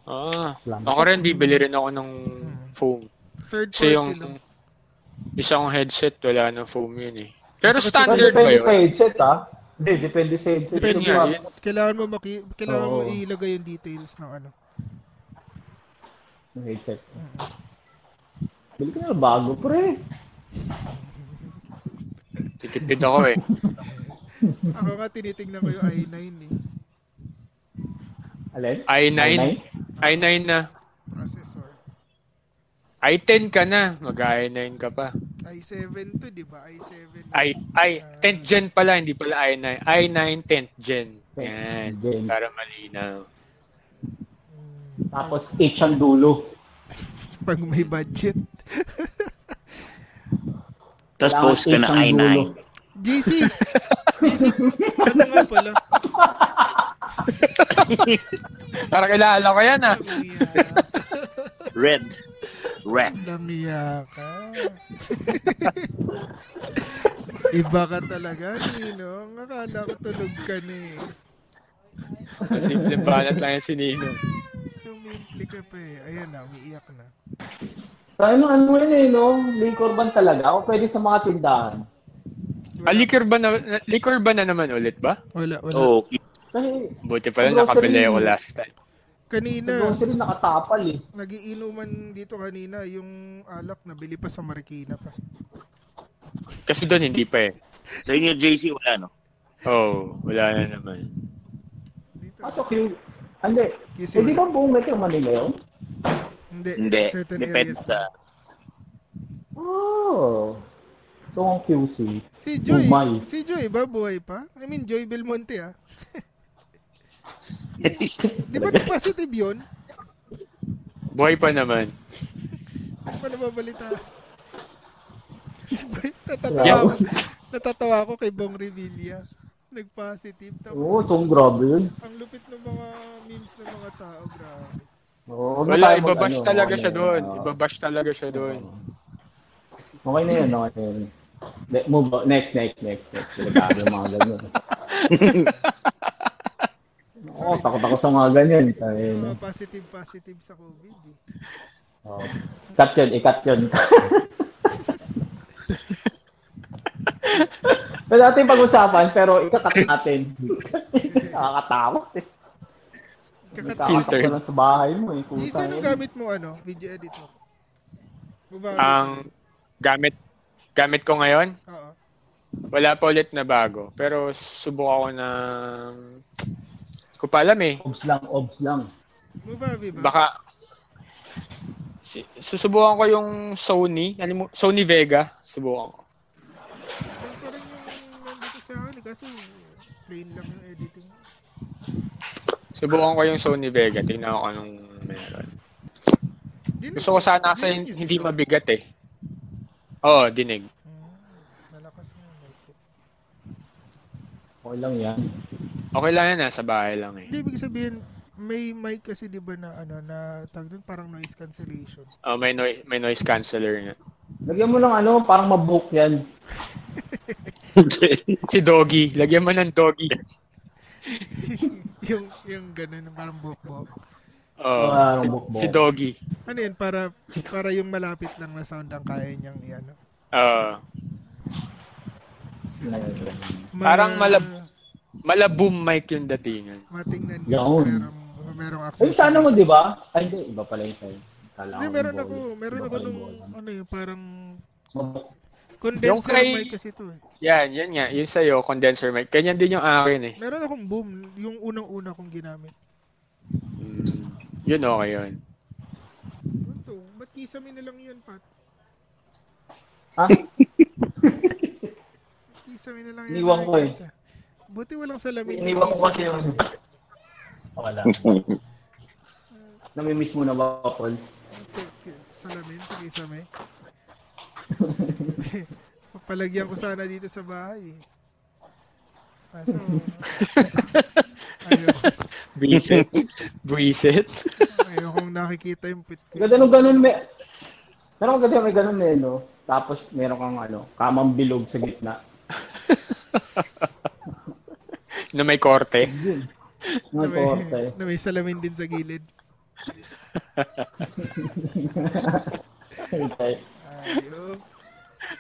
Speaker 3: Ah,
Speaker 1: Slam.
Speaker 3: ako rin bibili rin ako ng foam.
Speaker 2: Third party
Speaker 3: Kasi yung
Speaker 2: lang.
Speaker 3: isang headset wala nang foam yun eh. Pero
Speaker 2: Mas-
Speaker 1: Well,
Speaker 3: standard ba
Speaker 1: depende sa
Speaker 3: yun?
Speaker 1: headset ah. Hindi, depende sa headset.
Speaker 2: Depende
Speaker 1: Yung mga-
Speaker 3: yun.
Speaker 2: Kailangan mo maki kailangan mo
Speaker 1: Oo.
Speaker 2: ilagay yung details ng ano.
Speaker 1: Yung headset. Bili ko na lang bago, pre.
Speaker 3: Tikipid ako eh.
Speaker 2: Ako nga tinitingnan ko yung i9 eh.
Speaker 1: Alin?
Speaker 3: i9,
Speaker 1: I9?
Speaker 3: i9 na.
Speaker 2: Processor.
Speaker 3: i10 ka na, mag-i9 ka pa.
Speaker 2: i7 to, di ba? i7.
Speaker 3: I, I, 10th gen pala, hindi pala i9. i9, 10th gen.
Speaker 1: 10th
Speaker 3: Yan,
Speaker 1: gen.
Speaker 3: para malinaw.
Speaker 1: Tapos 8 ang dulo.
Speaker 2: Pag may budget.
Speaker 4: Tapos
Speaker 1: Kailangan
Speaker 4: post ka na
Speaker 1: eight ang
Speaker 4: I9.
Speaker 1: dulo.
Speaker 2: GC! GC! Ano nga pala?
Speaker 3: Para kilala ko yan ah.
Speaker 2: Langiya.
Speaker 4: Red. Red.
Speaker 2: Langiya ka. Iba ka talaga, Ninong. Akala ko tulog ka na eh.
Speaker 3: Simple banat lang yan si Nino.
Speaker 2: Sumimple ka pa eh. Ayan na, umiiyak na.
Speaker 1: Ano, ano yun eh, no? Liquor ban talaga. O pwede sa mga tindahan.
Speaker 3: Ah, liquor ba na, na- liquor ba na naman ulit ba?
Speaker 2: Wala, wala.
Speaker 4: Oh,
Speaker 1: Kasi
Speaker 3: Buti pala
Speaker 1: Grocery.
Speaker 3: nakabili ako last time.
Speaker 1: sa
Speaker 2: Kanina,
Speaker 1: grocery nakatapal eh.
Speaker 2: nagiinuman dito kanina yung alak na bili pa sa Marikina pa.
Speaker 3: Kasi doon hindi pa eh.
Speaker 4: Sa inyo, JC, wala, no?
Speaker 3: Oh, wala na naman.
Speaker 2: Dito.
Speaker 1: Aso, Q. Hindi.
Speaker 2: QC
Speaker 1: Eh, di
Speaker 2: wala.
Speaker 1: ba buong Metro Manila yun?
Speaker 2: Hindi,
Speaker 4: Hindi.
Speaker 2: Eh, certain
Speaker 4: Depends
Speaker 2: areas.
Speaker 4: sa...
Speaker 1: Oh. Ito ang QC.
Speaker 2: Si Joy,
Speaker 1: Bumay.
Speaker 2: si Joy ba buhay pa? I mean, Joy Belmonte ah. Di ba positive yun?
Speaker 3: Buhay pa naman.
Speaker 2: Ano ba nababalita?
Speaker 1: Yeah.
Speaker 2: natatawa, natatawa ako kay Bong Revilla. Nag-positive. Tapos,
Speaker 1: Oo, itong grabe yun.
Speaker 2: ang lupit ng mga memes ng mga tao, grabe.
Speaker 1: Oo, huwag na
Speaker 3: Wala,
Speaker 1: tayo mag-
Speaker 3: ibabash
Speaker 1: ano,
Speaker 3: talaga
Speaker 1: okay
Speaker 3: siya
Speaker 1: na
Speaker 3: doon.
Speaker 1: yun. Oo.
Speaker 3: Ibabash talaga siya doon.
Speaker 1: Okay na yun, okay na yun. Ne- Move on. Next, next, next, next. Grabe yung mga ganyan. Oo, takot ako sa mga ganyan. Tayo na.
Speaker 2: Mga positive-positive sa COVID eh.
Speaker 1: Oh. Cut yun, i-cut yun. Pwede natin pag-usapan, pero ikakat natin. Nakakatakot eh.
Speaker 2: Kakatapos.
Speaker 3: Filter.
Speaker 1: Nakakatakot ka lang sa bahay mo eh.
Speaker 2: Isa,
Speaker 1: Kusa
Speaker 2: anong
Speaker 1: yun.
Speaker 2: gamit mo, ano? Video edit mo? Gumagamit
Speaker 3: Ang
Speaker 2: mo?
Speaker 3: gamit gamit ko ngayon,
Speaker 2: Oo.
Speaker 3: wala pa ulit na bago. Pero subok ako ng... Ko pa alam eh.
Speaker 1: Obs lang, obs lang.
Speaker 2: Mubavi ba?
Speaker 3: Baka... Ano Si, susubukan ko yung Sony. Alam mo, Sony Vega. Subukan ko.
Speaker 2: Ganun pa rin yung nandito sa akin. eh, Kaso, plain lang yung editing.
Speaker 3: Subukan ko yung Sony Vega. Tingnan ko anong meron.
Speaker 2: Dinig.
Speaker 3: Gusto ko sana kasi
Speaker 2: Dinig yung
Speaker 3: hindi
Speaker 2: sisyo.
Speaker 3: mabigat eh. Oo, dinig.
Speaker 2: Hmm, Malakas yung mic. eh.
Speaker 1: Okay lang yan.
Speaker 3: Okay lang yan, nasa bahay lang eh.
Speaker 2: Hindi, ibig sabihin, may mic kasi di ba na ano na tag doon parang noise cancellation.
Speaker 3: Oh, may, noi- may noise canceller na.
Speaker 1: Lagyan mo ng ano, parang mabook yan.
Speaker 3: Si Doggy. Lagyan mo ng Doggy.
Speaker 2: yung yung ganun parang bokbok.
Speaker 3: Oo,
Speaker 1: Ah,
Speaker 3: si,
Speaker 1: bukbok.
Speaker 3: si Doggy.
Speaker 2: Ano yun para para yung malapit lang na sound ang kaya niyang iano.
Speaker 3: Oo.
Speaker 2: Sila- Ma-
Speaker 3: Parang malab- malaboom mic yung datingan.
Speaker 2: matingnan yun,
Speaker 1: Yaon.
Speaker 2: merong merong access.
Speaker 1: Ay, sana mo, di ba? Ay, hindi. Iba pala yung sa'yo. Kala
Speaker 2: Hindi,
Speaker 1: ko
Speaker 2: meron
Speaker 1: yung
Speaker 2: ako,
Speaker 1: ball.
Speaker 2: meron
Speaker 1: Iba
Speaker 2: ako
Speaker 1: pala yung
Speaker 2: nung
Speaker 1: ball.
Speaker 2: ano yun, parang
Speaker 1: Mabook.
Speaker 2: condenser
Speaker 3: Yung kay-
Speaker 2: mic kasi ito eh.
Speaker 3: Yan, yan nga. Yun sa'yo, condenser mic. Ganyan din yung akin eh.
Speaker 2: Meron akong boom, yung unang-una kong ginamit.
Speaker 3: Mm, yun okay yun.
Speaker 2: Ano to? Ba't kisame na lang yun, Pat?
Speaker 1: Ha?
Speaker 2: Ba't Kisame na lang
Speaker 1: Iniwan ko eh.
Speaker 2: nakikita? Buti walang salamin.
Speaker 1: Iniwan ko kasi
Speaker 2: Kisame
Speaker 1: yun.
Speaker 2: na lang.
Speaker 1: Wala. Namimiss mo na ba, Paul?
Speaker 2: Salamin sa kisame. Papalagyan ko sana dito sa bahay. eh. Kaso, ayoko,
Speaker 3: Buisit. Buisit.
Speaker 2: ayokong nakikita yung pit ko.
Speaker 1: Ganda nung ganun may... Pero maganda yung may ganun eh, no? Tapos meron kang ano, kamang bilog sa gitna.
Speaker 3: na may korte.
Speaker 1: Yun.
Speaker 2: Na
Speaker 1: Mga
Speaker 2: may,
Speaker 1: korte.
Speaker 2: na may salamin din sa gilid.
Speaker 1: Okay.
Speaker 2: Ayok.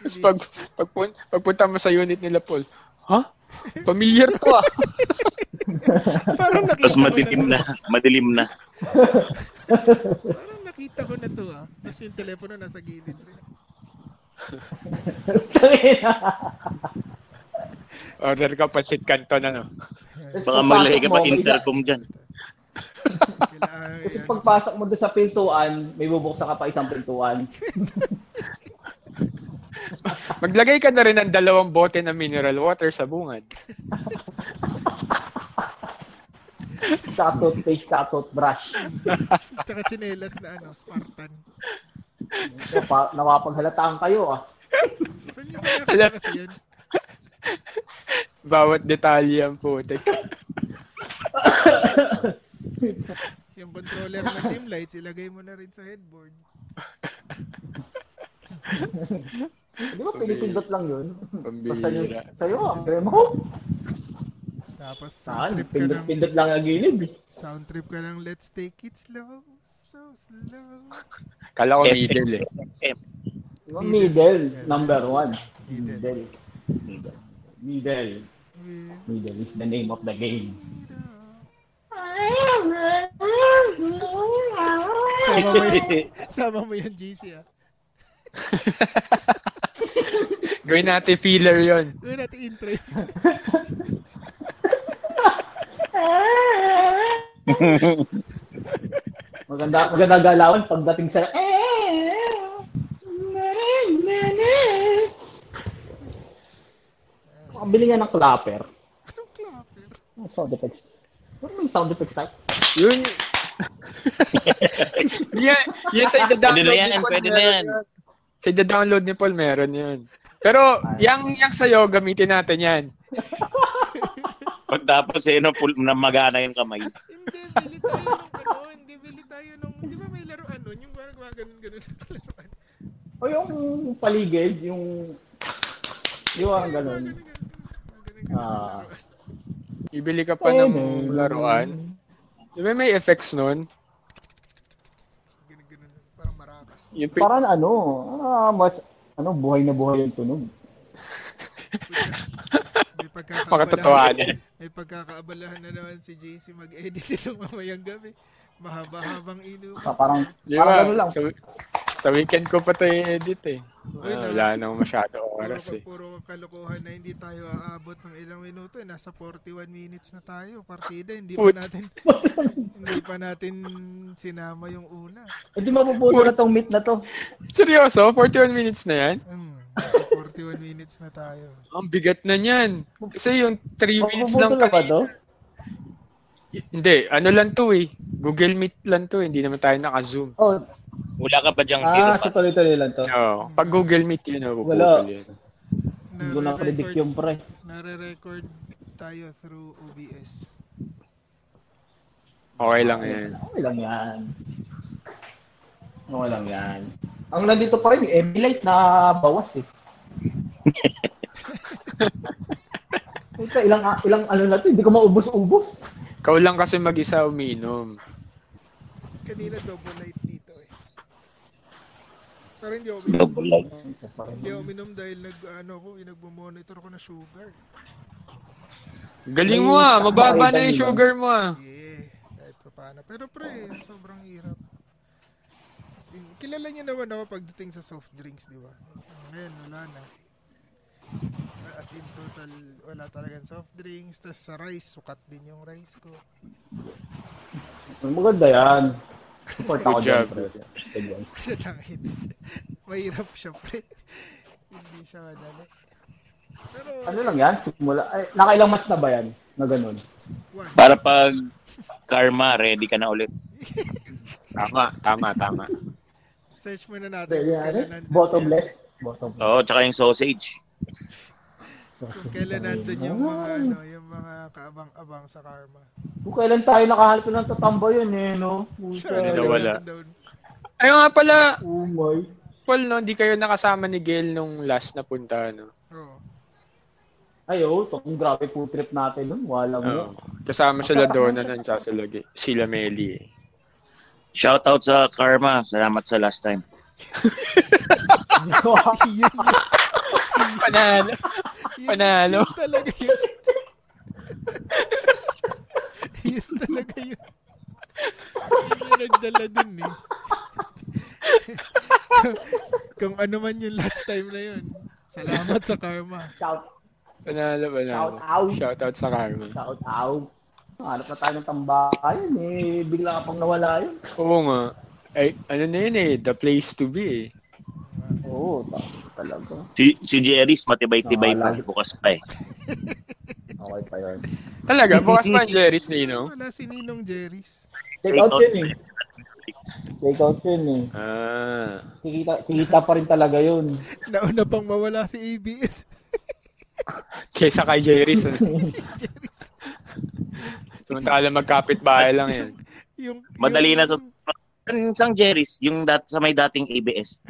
Speaker 3: Tapos pag, pagpun, pagpunta mo sa unit nila, Paul, ha? Familiar to ah.
Speaker 2: Parang nakita
Speaker 4: Tapos
Speaker 2: ko
Speaker 4: madilim na.
Speaker 2: to.
Speaker 4: Madilim na.
Speaker 2: Parang nakita ko na to ah. Tapos yung telepono nasa gilid rin.
Speaker 3: Order ka pansit kanto na no.
Speaker 4: Baka maglahi ka pa intercom dyan.
Speaker 2: Kailangan
Speaker 1: Kasi
Speaker 2: yan.
Speaker 1: pagpasok mo doon sa pintuan, may bubuksan ka pa isang pintuan.
Speaker 3: Maglagay ka na rin ng dalawang bote ng mineral water sa bungad.
Speaker 1: Sa toothpaste, sa toothbrush.
Speaker 2: ano. Tsaka chinelas na ano, Spartan.
Speaker 1: So, pa, nawapaghalataan kayo ah.
Speaker 2: Saan niyo ba nakita kasi yan?
Speaker 3: Bawat detalye ang putik.
Speaker 2: Yung controller ng dim lights, ilagay mo na rin sa headboard.
Speaker 1: Di ba pinipindot lang yun? Basta yun
Speaker 3: Pambihira.
Speaker 1: sa'yo ah. Sabi mo,
Speaker 2: Tapos sound
Speaker 1: saan?
Speaker 2: trip ka ng,
Speaker 1: Pindot-pindot lang ang gilid. eh.
Speaker 2: sound trip ka ng let's take it slow, so slow.
Speaker 3: Kala ko
Speaker 4: Yes.
Speaker 3: middle eh.
Speaker 1: Di ba? Middle, number one.
Speaker 2: Middle.
Speaker 1: Middle. Middle.
Speaker 2: We
Speaker 1: Middle is the name of the game.
Speaker 2: need a- Sama mo yun,
Speaker 1: Hindi
Speaker 2: sama mo yun, GC ah.
Speaker 3: Gawin natin filler yun.
Speaker 2: Gawin natin intro yun.
Speaker 1: Maganda, maganda galawan pagdating sa... eh, Makabili nga ng clapper.
Speaker 2: Anong clapper?
Speaker 1: Ang sound effects. Pero may sound effects type.
Speaker 3: Yun. yan, yan sa
Speaker 4: Pwede
Speaker 3: ida-download
Speaker 4: na yan,
Speaker 3: ni Paul,
Speaker 4: pwede na
Speaker 3: meron
Speaker 4: yan.
Speaker 3: Sa ida-download ni Paul, meron yan. Pero, yang yang sa'yo, gamitin natin yan.
Speaker 4: Pagtapos eh, no, pul- na magana yung kamay.
Speaker 2: Hindi, bili tayo ng ano, hindi, bili tayo ng, di ba may laruan nun? Yung parang gumaganon ganun sa laruan.
Speaker 1: O yung paligid, yung... Yung ang ganun. Ah.
Speaker 3: Ibili ka pa ng laruan. Di ba may effects nun?
Speaker 2: Ganun-ganun. Parang marakas.
Speaker 3: Yung pi-
Speaker 1: Parang ano, ah, mas ano buhay na buhay yung tunog.
Speaker 2: May pagkakaabalahan.
Speaker 3: Makatotohanan.
Speaker 2: May pagkakaabalahan na naman si JC mag-edit itong mamayang gabi. Mahaba-habang inu.
Speaker 1: Ah, parang
Speaker 3: Di
Speaker 1: parang
Speaker 3: ba?
Speaker 1: ganun lang.
Speaker 3: Sa, sa weekend ko pa ito i-edit eh.
Speaker 2: Uy,
Speaker 3: Ah, wala na akong masyado oras
Speaker 2: puro,
Speaker 3: eh.
Speaker 2: puro kalokohan na hindi tayo aabot ng ilang minuto. Eh. Nasa 41 minutes na tayo. Partida, hindi pa
Speaker 3: Put-
Speaker 2: natin hindi pa natin sinama yung una.
Speaker 1: eh, Hindi mapupuno na tong meet na to.
Speaker 3: Seryoso? 41 minutes na yan?
Speaker 2: Hmm, nasa 41 41 minutes na tayo.
Speaker 3: Ang bigat na niyan. Kasi yung 3 minutes
Speaker 1: Mabubuto
Speaker 3: lang
Speaker 1: na ba to?
Speaker 3: Hindi, ano lang to eh. Google Meet lang to eh. Hindi naman tayo naka-zoom.
Speaker 1: Oh,
Speaker 4: Wala ka pa diyang hero
Speaker 1: ah,
Speaker 4: pa.
Speaker 1: sa tuloy-tuloy lang to.
Speaker 3: Oo. Pag Google Meet yun, oh,
Speaker 1: Wala.
Speaker 3: puputol yun.
Speaker 1: Hindi ko na-predict yung pre.
Speaker 2: Nare-record tayo through OBS.
Speaker 3: Okay lang yan.
Speaker 1: Okay lang yan. Okay lang yan. Ang nandito pa rin, Emilite na bawas eh. Puta, ilang, ilang ano na to, hindi ko maubos-ubos.
Speaker 3: Ikaw lang kasi mag-isa umiinom.
Speaker 2: Kanina double light dito eh. Pero hindi ako uminom.
Speaker 4: Double light.
Speaker 2: Hindi ako uminom dahil nag, ano ko, nagmo-monitor ko na sugar.
Speaker 3: Galing mo ah. Mababa na yung sugar mo ah.
Speaker 2: Yeah, kahit pa paano. Pero pre, sobrang hirap. As in, kilala niyo naman ako pagdating sa soft drinks, di ba? Ngayon, wala na. As in total, wala talagang soft drinks. Tapos sa rice, sukat din yung rice ko.
Speaker 1: Maganda yan. Support ako
Speaker 3: Good
Speaker 1: dyan,
Speaker 3: job.
Speaker 1: pre. Sige.
Speaker 2: Tatangin. Ano Mahirap siya, pre. Hindi siya madali. Pero,
Speaker 1: Ano lang yan? Simula. Ay, nakailang match na ba yan? Na ganun.
Speaker 2: one.
Speaker 4: Para pag karma, ready ka na ulit.
Speaker 3: Tama, tama, tama.
Speaker 2: Search muna natin.
Speaker 1: Hindi,
Speaker 2: kung
Speaker 1: yan.
Speaker 2: kailan nandun
Speaker 1: Bottom
Speaker 2: siya.
Speaker 1: left. Bottom left.
Speaker 4: Oo, tsaka yung sausage.
Speaker 2: Kung kailan nandun yung mga, ano, yung mga kaabang-abang sa karma.
Speaker 1: Kung kailan tayo nakahalap ng tatamba yun eh, no? Puta.
Speaker 2: Sana
Speaker 3: na wala.
Speaker 2: doon.
Speaker 3: Ayun nga pala,
Speaker 1: Oh my.
Speaker 3: Paul, no, hindi kayo nakasama ni Gail nung last na punta, no?
Speaker 2: Oo.
Speaker 1: Ay, oh, tong grabe po trip natin nun. Wala mo.
Speaker 3: Oo. Kasama sila Donna ng tsaka sila, Ga- sila Meli eh.
Speaker 4: Shoutout sa karma. Salamat sa last time.
Speaker 3: Oh.
Speaker 2: Yun,
Speaker 3: Panalo.
Speaker 2: yun,
Speaker 3: Panalo.
Speaker 2: yun talaga yun. yun talaga yun. Yun yung nagdala dun eh. Kung- Kung ano man yung last time na yun. Salamat sa karma.
Speaker 1: Shout,
Speaker 3: Panalo, panalo.
Speaker 1: Shout out.
Speaker 3: Shout out sa Carmen.
Speaker 1: shout out. Hanap na tayo ng tambayan eh. Bigla ka pang nawala yun.
Speaker 3: Oo nga. Ay, ano na yun eh, the place to be eh.
Speaker 1: Oo, ta- Oh, talaga.
Speaker 4: Si, si Jerry's matibay-tibay pa.
Speaker 1: Nawala.
Speaker 4: Bukas pa eh.
Speaker 1: Okay pa yun.
Speaker 3: Talaga, bukas pa ang Jerry's Nino.
Speaker 2: Wala si Ninong Jerry's.
Speaker 1: Take out yun eh. Take out yun eh.
Speaker 3: Ah.
Speaker 1: Kikita, kikita pa rin talaga yun.
Speaker 2: Nauna pang mawala si ABS.
Speaker 3: Kesa kay Jerry's. ah.
Speaker 2: Jerry's.
Speaker 3: Samantala magkapit bahay lang yan.
Speaker 2: Yung,
Speaker 4: Madali
Speaker 2: yung-
Speaker 4: na sa... Isang Jerry's, yung dat sa may dating ABS.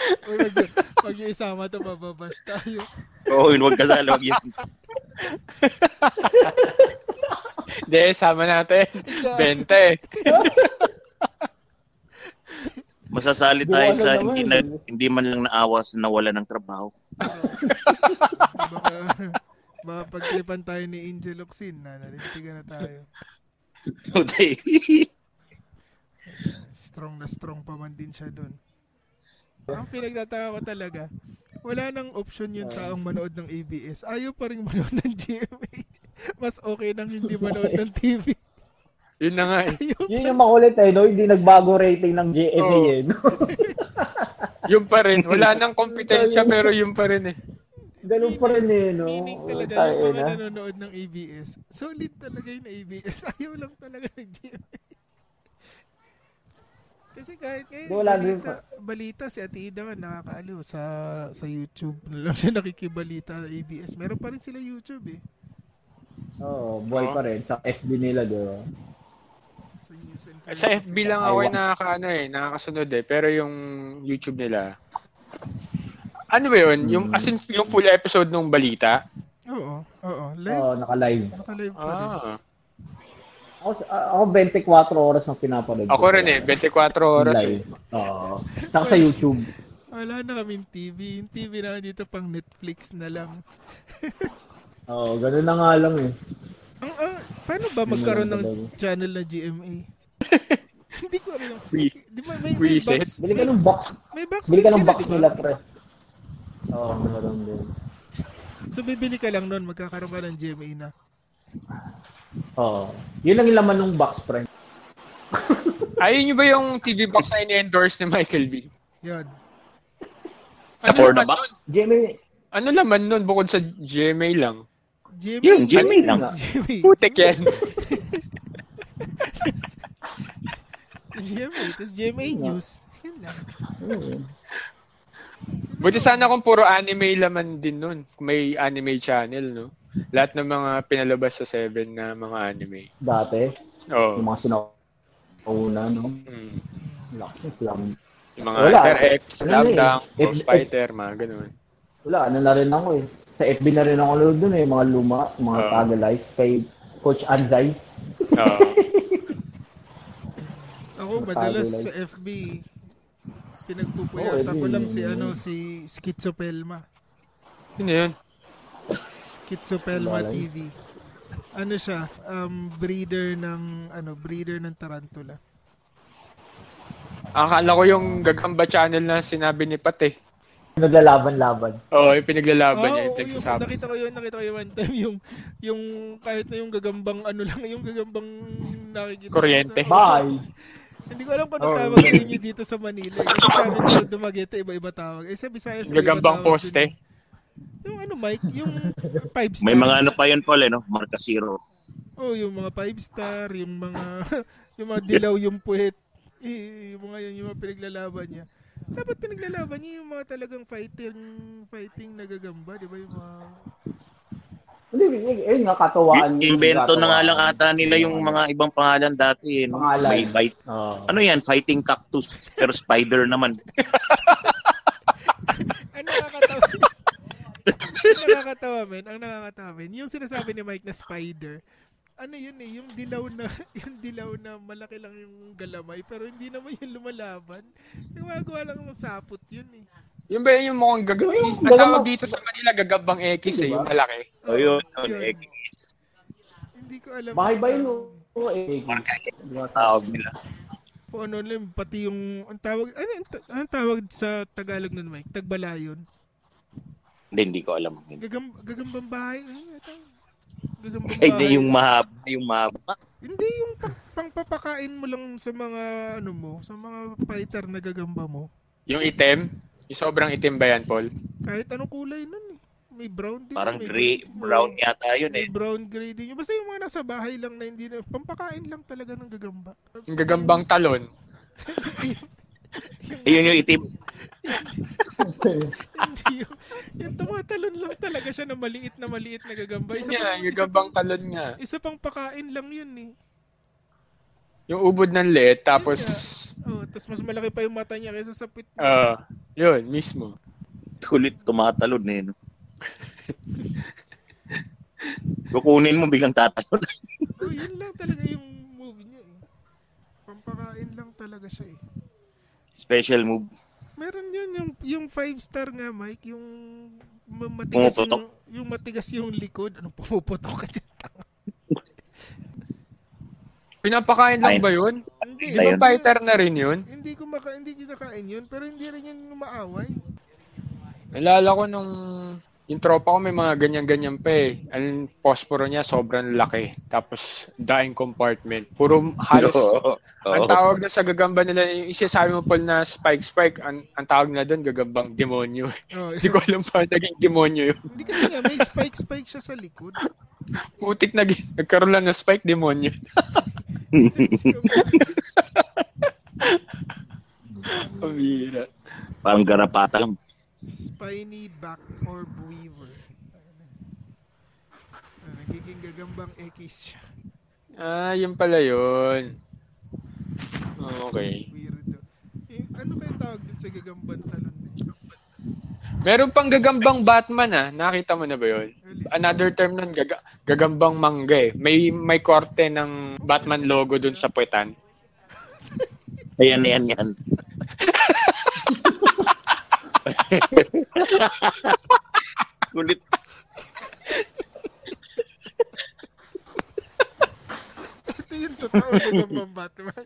Speaker 2: Uy, wag yun. Pag yung isama to, mababash tayo.
Speaker 4: Oo, yun, huwag ka sa loob yun.
Speaker 3: Hindi, sama natin. eh. 20.
Speaker 4: Masasali
Speaker 1: Gawa
Speaker 4: tayo
Speaker 1: na
Speaker 4: sa
Speaker 1: naman.
Speaker 4: hindi, na, hindi man lang naawa sa nawala ng trabaho.
Speaker 2: baka, baka pagklipan tayo ni Angel Oxin na nalintigan na tayo.
Speaker 4: Okay.
Speaker 2: Strong na strong pa man din siya doon. Ang pinagtataka ko talaga, wala nang option yung taong manood ng ABS. Ayaw pa rin manood ng GMA. Mas okay nang hindi manood ng TV.
Speaker 3: Yun na nga eh.
Speaker 2: Ayaw.
Speaker 1: yun yung makulit eh, no? Hindi nagbago rating ng GMA
Speaker 3: Oo.
Speaker 1: eh, no?
Speaker 3: Yung pa rin. Wala nang kompetensya pero yung pa rin eh.
Speaker 1: Ganun pa rin eh, no?
Speaker 2: Meaning talaga
Speaker 1: Tayo
Speaker 2: yung
Speaker 1: na.
Speaker 2: mga nanonood ng ABS. Solid talaga yung ABS. Ayaw lang talaga ng GMA. Kasi kahit ngayon,
Speaker 1: Di, wala din
Speaker 2: balita, balita si Ate Ida nga nakakaaliw sa, sa YouTube. Na lang siya nakikibalita ng ABS. Meron pa rin sila YouTube eh.
Speaker 1: Oo, buhay pa rin. Sa FB nila, di ba?
Speaker 2: Sa news and
Speaker 3: Sa FB lang ako yung nakakaano eh, nakakasunod eh. Pero yung YouTube nila, ano ba yun? Yung,
Speaker 1: Hmm.
Speaker 3: as in, yung full episode ng balita?
Speaker 2: Oo, oo. Live.
Speaker 1: Oo, naka-live.
Speaker 2: Nakalive pa rin.
Speaker 3: Ah.
Speaker 1: Ako, ako 24 oras ang pinapanood.
Speaker 3: Ako rin eh, 24 oras eh.
Speaker 1: Live. Oo. Saka sa YouTube.
Speaker 2: Wala na kaming TV. Yung TV na dito pang Netflix na lang.
Speaker 1: Oo, ganun na nga lang eh.
Speaker 2: Ang, ang, paano ba magkaroon ng channel na GMA? Hindi ko alam.
Speaker 3: Wi-
Speaker 2: Di ba may, may
Speaker 3: Wiset.
Speaker 2: box?
Speaker 1: Bili ka ng box.
Speaker 2: May box
Speaker 1: Bili ka
Speaker 2: din
Speaker 1: ng
Speaker 2: sila,
Speaker 1: box
Speaker 2: di ba?
Speaker 1: nila, pre. Oo, meron din.
Speaker 2: So bibili ka lang noon, magkakaroon ka ng GMA na.
Speaker 1: Oo. Yun ang laman ng box, pre.
Speaker 3: Ayun nyo ba yung TV box na in-endorse ni Michael B? Ano
Speaker 2: Yun.
Speaker 4: Na for the
Speaker 3: laman nun?
Speaker 4: box?
Speaker 1: Jimmy,
Speaker 3: Ano laman nun bukod sa GMA lang?
Speaker 2: Jimmy.
Speaker 4: Yun, Jimmy
Speaker 1: yun
Speaker 4: lang.
Speaker 1: nga.
Speaker 2: Jimmy.
Speaker 3: Putek yan.
Speaker 2: Jimmy. Tapos Jimmy
Speaker 1: Yun nga.
Speaker 2: News. Yun lang.
Speaker 1: Hmm.
Speaker 3: Buti sana kung puro anime laman din nun. Kung may anime channel, no? Lahat ng mga pinalabas sa 7 na mga anime. Oh.
Speaker 1: Dati,
Speaker 3: Oo.
Speaker 1: yung mga sinauna, no?
Speaker 3: Mm.
Speaker 1: Laki, slam.
Speaker 3: Yung mga
Speaker 1: Wala.
Speaker 3: Hunter X,
Speaker 1: Ano
Speaker 3: Slam
Speaker 1: na eh.
Speaker 3: Dunk, Ghost
Speaker 1: If-
Speaker 3: Fighter, mga ganun.
Speaker 1: Wala, ano na rin ako eh. Sa FB na rin ako load dun eh, mga luma, mga
Speaker 4: Ah.
Speaker 3: Oo.
Speaker 1: tagalies, kay Coach Anzay.
Speaker 3: Oo.
Speaker 2: Ako
Speaker 1: Matagal
Speaker 2: madalas
Speaker 1: lang.
Speaker 2: sa FB pinagpupuyatan
Speaker 1: Oo,
Speaker 2: ko lang
Speaker 1: eh,
Speaker 2: si
Speaker 1: eh.
Speaker 2: ano si Schizopelma.
Speaker 3: Sino yun?
Speaker 2: Schizopelma
Speaker 1: Wala yun.
Speaker 2: TV. Ano siya? Um, breeder ng ano, breeder ng tarantula.
Speaker 3: Akala ko yung gagamba channel na sinabi ni Pate.
Speaker 1: Naglalaban-laban.
Speaker 3: Oo, yung pinaglalaban niya, yung
Speaker 2: oo, yun,
Speaker 3: pagsasabi.
Speaker 2: nakita ko yun, nakita ko yun one time yung yung kahit na yung gagambang ano lang, yung gagambang nakikita. ko
Speaker 3: Kuryente.
Speaker 2: sa-
Speaker 1: Bye!
Speaker 2: Hindi ko alam kung
Speaker 3: Oo.
Speaker 4: Oh.
Speaker 2: ano tawag sa inyo dito sa Manila. eh. Kasi sa amin sa Dumaguete, iba-iba tawag. Eh, sa Visayas,
Speaker 3: Yung
Speaker 2: iba-iba
Speaker 3: gagambang
Speaker 2: tawag dun.
Speaker 3: poste.
Speaker 2: Yung ano, Mike, yung five star.
Speaker 4: May mga ano pa yun, Paul, eh, no? Marka Zero.
Speaker 2: Oh, yung mga five star, yung mga yung mga dilaw yung puwet. Eh, yung mga yun, yung mga pinaglalaban niya. Dapat pinaglalaban niya yung mga talagang fighting fighting nagagamba, di ba yung mga
Speaker 1: Hindi, eh, eh, nga katawaan.
Speaker 4: Yung invento na nga
Speaker 1: katawaan.
Speaker 4: lang ata nila yung mga ibang pangalan dati. Eh, no?
Speaker 1: Pangalan.
Speaker 4: May bite.
Speaker 1: Oo.
Speaker 4: Ano yan? Fighting cactus. Pero spider naman.
Speaker 2: Ang nakakatawa. ang nakakatawa, men. Ang nakakatawa, men. Yung sinasabi ni Mike na spider, ano yun eh, yung dilaw na, yung dilaw na malaki lang yung galamay, pero hindi naman yun lumalaban. Yung magawa lang ng sapot yun eh.
Speaker 3: Yung ba yun yung mukhang gagamba?
Speaker 1: Yung
Speaker 3: Ang tawag
Speaker 1: gagamba-
Speaker 3: dito sa Manila, gagambang X eh,
Speaker 1: Diba?
Speaker 3: yung malaki.
Speaker 4: O yun.
Speaker 2: Oo,
Speaker 4: yun, eh,
Speaker 2: Hindi ko alam.
Speaker 1: Bahay ba yun? Oo, eh. Di ba,
Speaker 4: Tawag nila.
Speaker 2: Kung ano lang, pati yung, ang tawag, ano, ang ta- anong tawag sa Tagalog nun, Mike? Tagbalayon?
Speaker 4: Hindi, hindi ko alam.
Speaker 2: Gagam, gagambang bahay? Ano yun? Gagambang
Speaker 4: Ay, di, yung mahaba. Yung mahaba.
Speaker 2: Hindi yung pang, pangpapakain mo lang sa mga ano mo, sa mga fighter na gagamba mo.
Speaker 3: Yung itim, yung sobrang itim ba yan, Paul?
Speaker 2: Kahit anong kulay nun eh. May brown din.
Speaker 4: Parang
Speaker 2: may
Speaker 4: gray,
Speaker 2: din,
Speaker 4: brown
Speaker 2: may-
Speaker 4: yata yun
Speaker 2: May
Speaker 4: eh.
Speaker 2: brown gray din. yun. Basta yung mga nasa bahay lang na hindi na, pampakain lang talaga ng gagamba.
Speaker 3: Yung gagambang talon.
Speaker 4: Ayun yung itim.
Speaker 2: hindi yung, yung tumatalon lang talaga siya na maliit na maliit na gagamba.
Speaker 3: Yun
Speaker 2: Isa,
Speaker 3: nga,
Speaker 2: pang,
Speaker 3: yung
Speaker 2: isa,
Speaker 3: gagambang
Speaker 2: pang,
Speaker 3: talon nga.
Speaker 2: isa pang pakain lang yun eh.
Speaker 3: Yung ubod ng leet, tapos...
Speaker 2: Oh, tapos mas malaki pa yung mata niya kaysa sa pit.
Speaker 3: ah yun, mismo.
Speaker 4: Kulit tumatalon eh. No? Kukunin mo biglang tatalon.
Speaker 2: Oh, yun lang talaga yung move niya eh. Pampakain lang talaga siya eh.
Speaker 4: Special move.
Speaker 2: Meron yun yung yung five star nga Mike, yung ma- matigas
Speaker 4: Pumuputok.
Speaker 2: yung yung matigas yung likod. Ano pumuputok ka dyan?
Speaker 3: Pinapakain lang
Speaker 4: Ayun.
Speaker 3: ba yun?
Speaker 2: Hindi.
Speaker 3: Di ba
Speaker 4: Ayun.
Speaker 3: fighter na rin yun?
Speaker 2: Hindi ko maka hindi kinakain yun, pero hindi rin yun umaaway.
Speaker 3: Nalala ko nung... Yung tropa ko may mga ganyan-ganyan pa eh. Ang posporo niya sobrang laki. Tapos dying compartment. Puro halos...
Speaker 4: Oo.
Speaker 3: Ang
Speaker 4: Oo.
Speaker 3: tawag na sa gagamba nila, yung isasabi mo Paul na spike spike, ang, ang tawag na doon gagambang demonyo.
Speaker 2: Oh,
Speaker 3: Hindi ko alam pa naging demonyo yun.
Speaker 2: hindi kasi nga may spike spike siya sa likod.
Speaker 3: Putik nag, nagkaroon lang ng spike demonyo.
Speaker 2: Kasi siya ma-
Speaker 3: Pamira.
Speaker 4: Parang garapata lang.
Speaker 2: Spiny back orb weaver. Ah, nagiging gagambang X siya.
Speaker 3: Ah, yun pala yun. Okay.
Speaker 2: Weirdo. Eh, ano kaya tawag din sa gagambang talon?
Speaker 3: Meron pang gagambang Batman ah. Nakita mo na ba yun? Another term nun, gaga- gagambang mangga eh. May, may korte ng Batman logo dun sa puwetan.
Speaker 4: Ayan, ayan, yan. Kulit.
Speaker 2: Ito yung totoo gagambang Batman.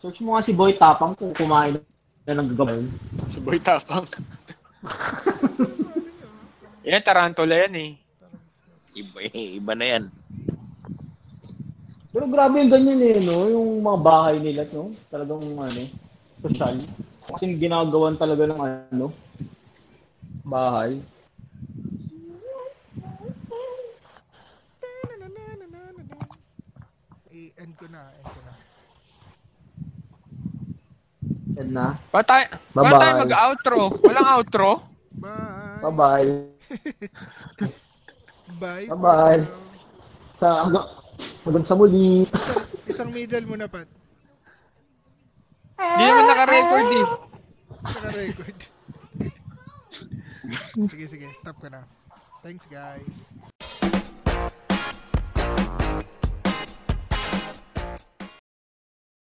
Speaker 1: Search mo nga si Boy Tapang kung kumain na ng gagawin.
Speaker 3: Si Boy Tapang. Yan, tarantula yan eh.
Speaker 4: Iba, iba na yan.
Speaker 1: Pero grabe yung ganyan eh, no? Yung mga bahay nila, no? Talagang ano, eh, social. Kasi ginagawan talaga ng ano, bahay.
Speaker 2: I-end ko na, Eh, end ko na.
Speaker 1: Yan na.
Speaker 3: Ba tayo, ba
Speaker 1: Bye-bye.
Speaker 3: tayo mag-outro? Walang outro?
Speaker 2: Bye!
Speaker 1: Bye-bye.
Speaker 2: Bye! for
Speaker 1: Bye-bye.
Speaker 2: now.
Speaker 1: Sa hanggang, hanggang sa muli.
Speaker 2: Isang, isang middle muna, Pat.
Speaker 3: Hindi naman naka-record eh.
Speaker 2: Naka-record. sige, sige. Stop ko na. Thanks, guys.